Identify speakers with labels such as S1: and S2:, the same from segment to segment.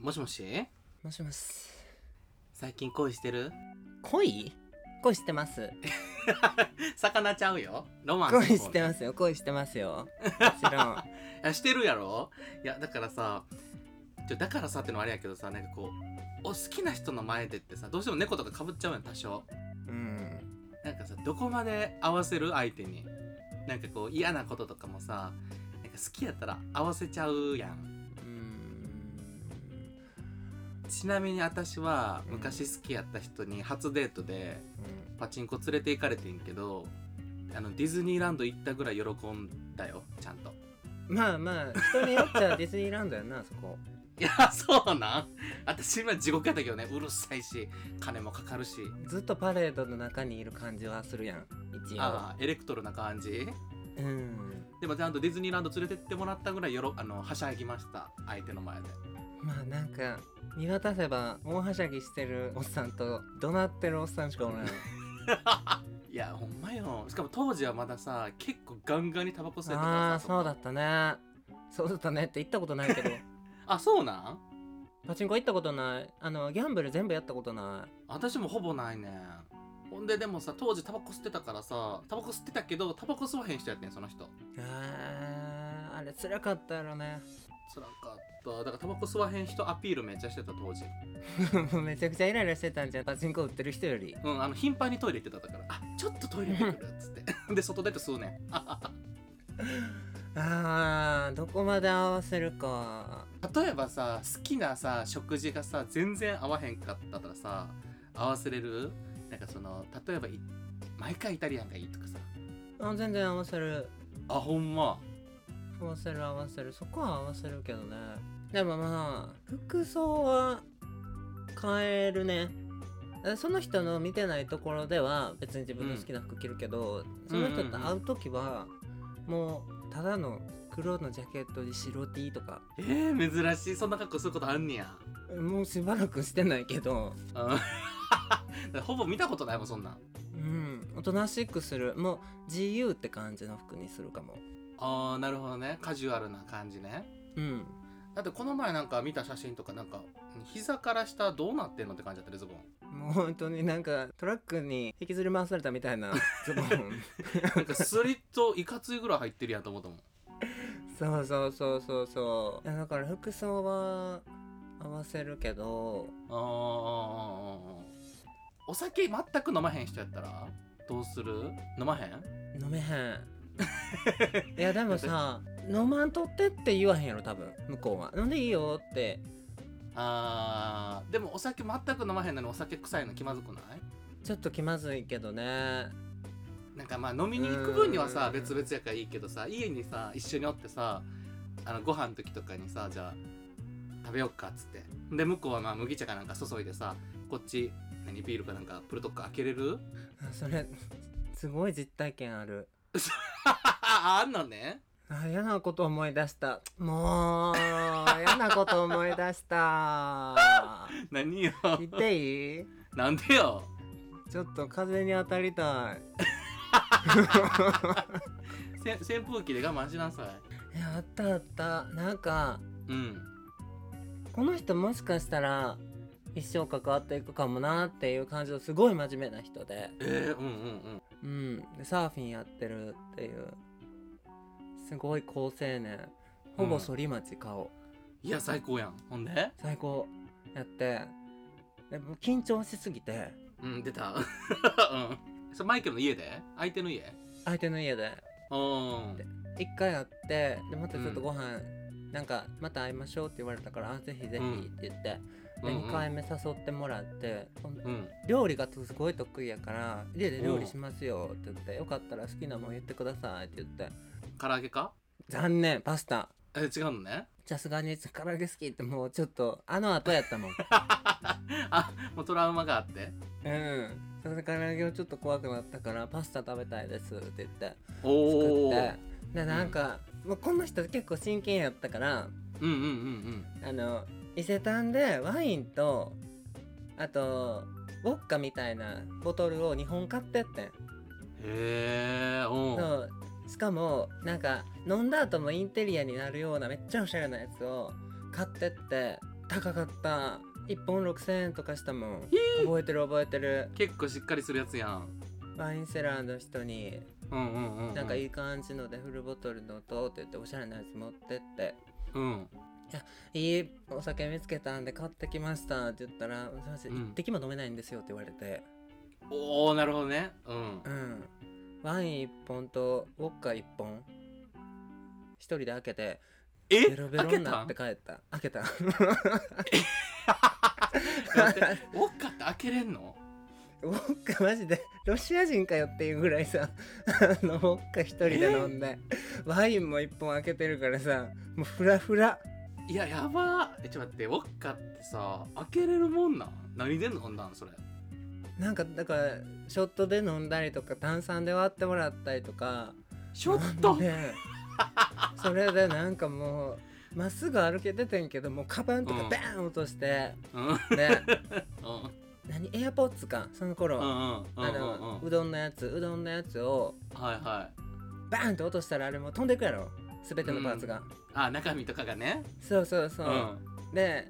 S1: もしもし
S2: もしもし
S1: 最近恋してる
S2: 恋恋してます
S1: 魚ちゃうよロマンスの
S2: 恋
S1: 方
S2: してますよ恋してますよもちろん
S1: いやしてるやろいやだからさちょだからさってのはあれやけどさなんかこうお好きな人の前でってさどうしても猫とかかぶっちゃうやん多少
S2: うん
S1: なんかさどこまで合わせる相手になんかこう嫌なこととかもさなんか好きやったら合わせちゃうやん
S2: うん
S1: ちなみに私は昔好きやった人に初デートでパチンコ連れて行かれてんけどあのディズニーランド行ったぐらい喜んだよちゃんと
S2: まあまあ人によっちゃディズニーランドやなそこ
S1: いやそうなん私今地獄やったけどねうるさいし金もかかるし
S2: ずっとパレードの中にいる感じはするやん一応
S1: ああエレクトロな感じ
S2: うん
S1: でもちゃんとディズニーランド連れてってもらったぐらいよろあのはしゃぎました相手の前で
S2: まあなんか見渡せば大はしゃぎしてるおっさんと怒鳴ってるおっさんしかおらん
S1: いやほんまよしかも当時はまださ結構ガンガンにタバコ吸えてた
S2: あ
S1: から
S2: あ
S1: さ
S2: そうだったねそうだったねって言ったことないけど
S1: あそうなん
S2: パチンコ行ったことないあのギャンブル全部やったことない
S1: 私もほぼないねんほんででもさ当時タバコ吸ってたからさタバコ吸ってたけどタバコ吸わへん人やってんその人
S2: えー、あれ辛かったやろね
S1: 辛かっただからタバコ吸わへん人アピールめっちゃしてた当時
S2: めちゃくちゃイライラしてたんじゃんパチンコ売ってる人より
S1: うんあの頻繁にトイレ行ってただからあちょっとトイレ行ってくるっつって で外出て吸うねん
S2: あーどこまで合わせるか
S1: 例えばさ好きなさ食事がさ全然合わへんかったらさ合わせれるなんかその例えばい毎回イタリアンがいいとかさ
S2: あ全然合わせる
S1: あほんま
S2: 合わせる合わせるそこは合わせるけどねでもまあ服装は変えるねえその人の見てないところでは別に自分の好きな服着るけど、その人と会う時はもうただの黒のジャケットに白 T とか
S1: えー、珍しいそんな格好することあんねや
S2: もうしばらくしてないけど
S1: うん ほぼ見たことないもんそんなん
S2: うんおとなしくするもう自由って感じの服にするかも
S1: あーなるほどねカジュアルな感じね
S2: うん
S1: だってこの前なんか見た写真とかなんか膝から下どうなってんのって感じだったねズボン
S2: もう本当になんかトラックに引きずり回されたみたいなズボン
S1: なんかスリットいかついぐらい入ってるやんと思ったもん
S2: そうそうそうそうそういやだから服装は合わせるけど
S1: ああお酒全く飲まへん人やったらどうする飲まへん
S2: 飲めへんいやでもさ飲まんとってって言わへんやろ多分向こうは飲んでいいよって
S1: あーでもお酒全く飲まへんのにお酒臭いの気まずくない
S2: ちょっと気まずいけどね
S1: なんかまあ飲みに行く分にはさ
S2: うーん
S1: 別々やからいいけどさ家にさ一緒におってさあのご飯の時とかにさじゃあ食べよっかっつってで向こうはまあ麦茶かなんか注いでさこっち何ビールかなんかプルトック開けれ る
S2: あそれすごい実体験ある
S1: ああんのね
S2: あ嫌なこと思い出した。もう、嫌なこと思い出した。
S1: 何よ
S2: 聞いていい
S1: なんでよ
S2: ちょっと風に当たりたい。
S1: せ扇風機で我慢しなさい
S2: いやあったあった。なんか、
S1: うん
S2: この人もしかしたら、一生関わっていくかもなっていう感じのすごい真面目な人で。
S1: えー、うんうんうん
S2: うん。でサーフィンやってるっていう。すごい好青年。ほぼ反町顔。
S1: いや最高やんほんで
S2: 最高。やって。でも緊張しすぎて、
S1: うん出たうんそれマイケルの家で相手の家
S2: 相手の家で。
S1: うん
S2: 一回会ってでまたちょっとご飯、なんかまた会いましょうって言われたからあぜひぜひって言って、
S1: うんうん
S2: で2回目誘ってもらって、ほんで
S1: うん
S2: 料理がすごい得意やから家で料理しますよって言ってよかったら好きなもん言ってくださいって言って
S1: 唐揚げか
S2: 残念パスタ
S1: え違うのね
S2: さすがに唐揚げ好きってもうちょっとあの後やっ たもん
S1: あもうトラウマがあって
S2: うんそれで唐揚げをちょっと怖くなったからパスタ食べたいですって言って
S1: お
S2: 作
S1: お
S2: ってでなんか、もうこの人結構真剣やったから
S1: うんうんうん
S2: あの伊勢丹でワインとあとウォッカみたいなボトルを2本買ってってん、
S1: うんへえおう
S2: そうしかもなんか飲んだ後もインテリアになるようなめっちゃおしゃれなやつを買ってって高かった1本6,000円とかしたもん
S1: え
S2: 覚えてる覚えてる
S1: 結構しっかりするやつやん
S2: ワインセラーの人に
S1: うんうんうん、うん、
S2: なんかいい感じのでフルボトルのとって言っておしゃれなやつ持ってって
S1: うん
S2: いいお酒見つけたんで買ってきましたって言ったら「すいません
S1: うん
S2: 一滴も飲めないんですよ」って言われて
S1: おおなるほどねうん
S2: うんワイン1本とウォッカ1本一人で開けて
S1: え
S2: ベロベロ
S1: 開け
S2: にな
S1: た
S2: っ
S1: ん
S2: て帰った開けた
S1: 待ってウォッカって開けれんの
S2: ウォッカマジでロシア人かよっていうぐらいさあのウォッカ一人で飲んでワインも1本開けてるからさもうフラフラ
S1: いややばーえちょっと待ってウォッカってさ開けれるもんなん何でんのほんなんそれ
S2: なんかだからショットで飲んだりとか炭酸で割ってもらったりとか
S1: ちょっと
S2: 飲んで それでなんかもうまっすぐ歩けててんけどもうカバンと
S1: う
S2: か
S1: ん
S2: バーン落として、
S1: うんうん
S2: で
S1: うん
S2: 何エアポッツかその頃、
S1: う
S2: あ
S1: んうんうんうん
S2: の
S1: う
S2: うんどんのやつうどんのやつを
S1: はいはい
S2: バーンと落としたらあれもう飛んでいくやろ全てのパーツが、
S1: あ中身とかがね
S2: そうそう
S1: う
S2: そ
S1: ん
S2: う、で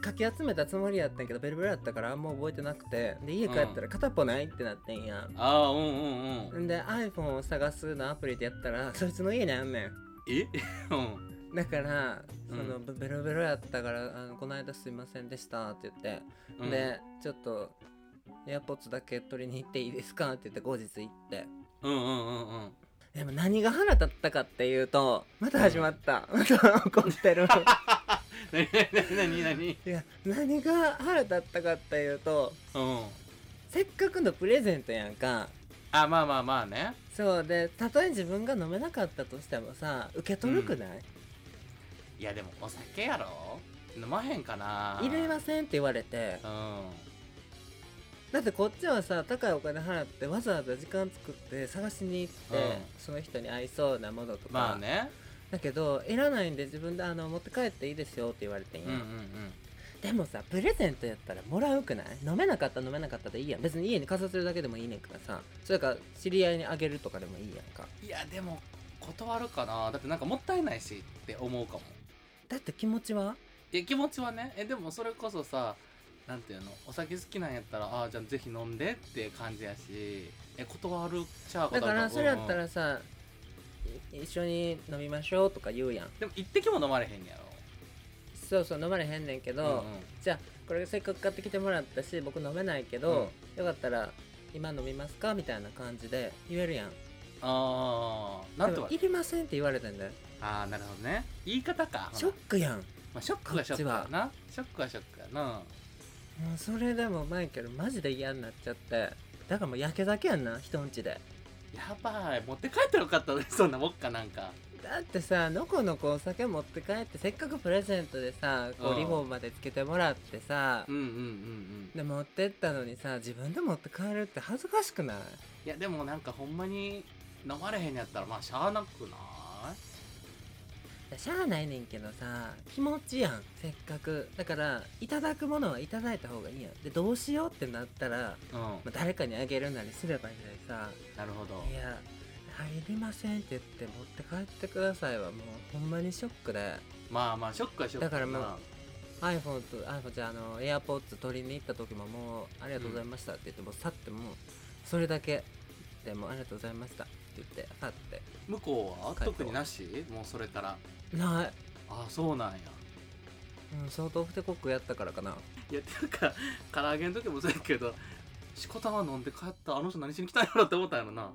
S2: かき集めたつもりやったんけどベルベルやったからあんま覚えてなくてで家帰ったら片っぽないってなってんや、
S1: ああうんうんうん
S2: ん、で iPhone を探すのアプリでやったらそいつの家にあんねん
S1: え うん
S2: だからそ
S1: うん
S2: の、ベロベロやったからあの「この間すいませんでした」って言って、
S1: うん
S2: でちょっとエアポッツだけ取りに行っていいですかって言って後日行って
S1: うんうんうんうん
S2: でも何が腹立ったかっていうとまた始まった、また怒ってる
S1: なになになになに
S2: いや何が腹立ったかっていうと
S1: うん
S2: せっかくのプレゼントやんか
S1: あまあまあまあね
S2: そうでたとえ自分が飲めなかったとしてもさ受け取るくない、
S1: いやでもお酒やろ飲まへんかない
S2: れませんって言われて
S1: うん
S2: だってこっちはさ高いお金払ってわざわざ時間作って探しに行って、
S1: う
S2: その人に合いそうなものとか、
S1: まあね
S2: だけどいらないんで自分であの持って帰っていいですよって言われてん
S1: うんう
S2: や
S1: んうん
S2: でもさプレゼントやったらもらうくない飲めなかったら飲めなかったでいいやん別に家に飾ってるだけでもいいねんからさそれから知り合いにあげるとかでもいいやんか
S1: いやでも断るかなだってなんかもったいないしって思うかも
S2: だって気持ちはい
S1: や気持ちはねえでもそれこそさなんていうのお酒好きなんやったらああじゃあぜひ飲んでって感じやしえ断るちゃう
S2: だ
S1: 断
S2: か
S1: る
S2: らそれやった
S1: うん
S2: らさ、い一緒に飲みましょうとか言うやん
S1: でも一滴も飲まれへんやろ
S2: そうそう飲まれへんねんけど、
S1: んん
S2: じゃあこれせっかく買ってきてもらったし僕飲めないけど、よかったら今飲みますかみたいな感じで言えるやん
S1: ああなん
S2: で
S1: と
S2: も
S1: か
S2: いりませんって言われてんだよ
S1: ああなるほどね言い方か
S2: ショックやんも
S1: まあ、ショックはショックやなショックはショックやな
S2: うそれでもマイケルマジで嫌になっちゃってだからもうやけ酒やんな人んちで
S1: やばい持って帰ったらよかったね そんなもっかなんか
S2: だってさのこのこお酒持って帰ってせっかくプレゼントでさこ
S1: う
S2: うんリボンまでつけてもらってさ、
S1: うんうんうんうん
S2: で持ってったのにさ自分で持って帰るって恥ずかしくない
S1: いやでもなんかほんまに飲まれへんやったらまあしゃあなくない
S2: しゃあないねんけどさ気持ちやんせっかくだからいただくものはいただいた方がいいやんでどうしようってなったら、
S1: うん
S2: まあ、誰かにあげるなりすればいいのにさ
S1: なるほど
S2: 「いや入りません」って言って持って帰ってくださいはもうほんまにショックで
S1: まあまあショックはショック
S2: だから
S1: ま
S2: まあ iPhone と iPhone じゃああの AirPods 取りに行った時ももう「ありがとうございました」って言ってもう去ってもうそれだけでもう「ありがとうございました」って言って去って
S1: 向こうは
S2: 帰った
S1: 特になしもうそれから
S2: ない、
S1: ああそうなんや
S2: うん、相当ふてこくやったからかない
S1: やていうか唐揚げの時もそうやけどしこたま飲んで帰ったあの人何しに来たんやろって思ったんやろな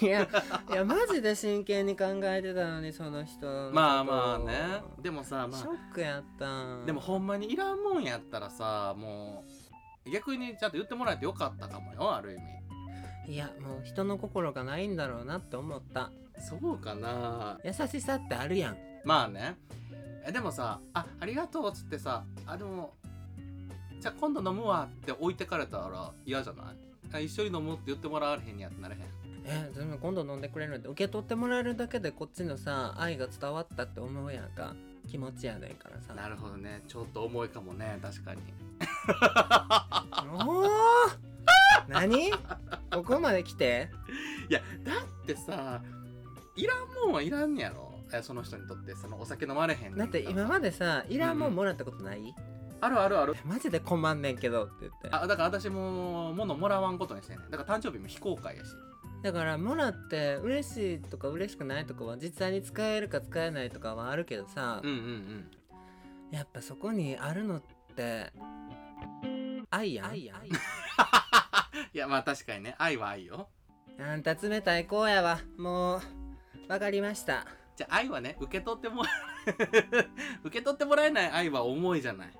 S1: い
S2: や、いや、マジで真剣に考えてたのに、その人のことを
S1: まあまあねでもさま
S2: シ
S1: あ
S2: ョックやったん。
S1: でもほんまにいらんもんやったらさもう逆にちゃんと言ってもらえてよかったかもよある意味
S2: いや、もう人の心がないんだろうなって思った。
S1: そうかな
S2: 優しさってあるやん。
S1: まあねえでもさ「あありがとう」っつってさ「あでもじゃあ今度飲むわ」って置いてかれたら嫌じゃないあ一緒に飲むって言ってもらわれへんやってなれへん
S2: え、でも今度飲んでくれるんで、受け取ってもらえるだけで、こっちのさ、愛が伝わったって思うやんか。気持ちやねんからさ。
S1: なるほどねちょっと重いかもね確かに
S2: おお。何。ここまで来て。
S1: いやだってさいらんもんはいらんねやろえその人にとってそのお酒飲まれへんねん
S2: だって、今までさ、いらん
S1: う
S2: も
S1: んん
S2: もらったことない。
S1: ああるあるある
S2: マジで困んねんけどって言って
S1: あだから私も物もらわんことにしてんねんだから誕生日も非公開やし
S2: だからもらって嬉しいとか嬉しくないとかは実際に使えるか使えないとかはあるけどさ、
S1: うんうんうん
S2: やっぱそこにあるのって愛やん
S1: いやまあ確かにね愛は愛よ
S2: あんた冷たい子やわもうわかりました
S1: じゃあ愛はね受け取ってもら 受け取ってもらえない愛は重いじゃない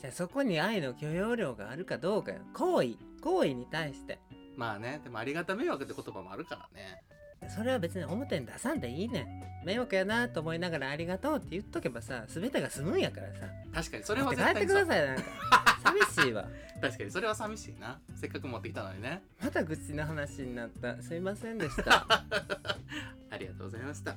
S2: じゃあそこに愛の許容量があるかどうかよ行為行為に対して
S1: まあねでもありがた迷惑って言葉もあるからね
S2: それは別に表に出さんでいいねん迷惑やなと思いながらありがとうって言っとけばさ全てが済むんやからさ
S1: 確かにそれ
S2: 持っ
S1: は
S2: て帰
S1: 絶
S2: っ
S1: 対
S2: てく
S1: に
S2: だ
S1: さ
S2: さいなんか寂しいわ
S1: 確かにそれは寂しいなせっかく持ってきたのにね
S2: また愚痴の話になったすいませんでした
S1: ありがとうございました